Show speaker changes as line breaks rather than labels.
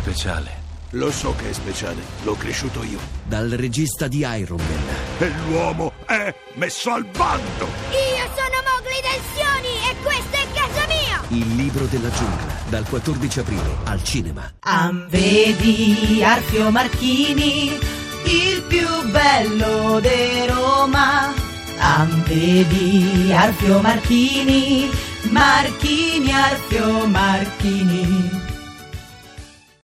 speciale.
Lo so che è speciale, l'ho cresciuto io.
Dal regista di Iron Man,
E l'uomo è messo al bando!
Io sono Mowgli Tensioni e questo è casa mia!
Il libro della giungla, dal 14 aprile al cinema.
Ambedi, Archio Marchini, il più bello de Roma. Ambedi, Archio Marchini, Marchini, Archio Marchini.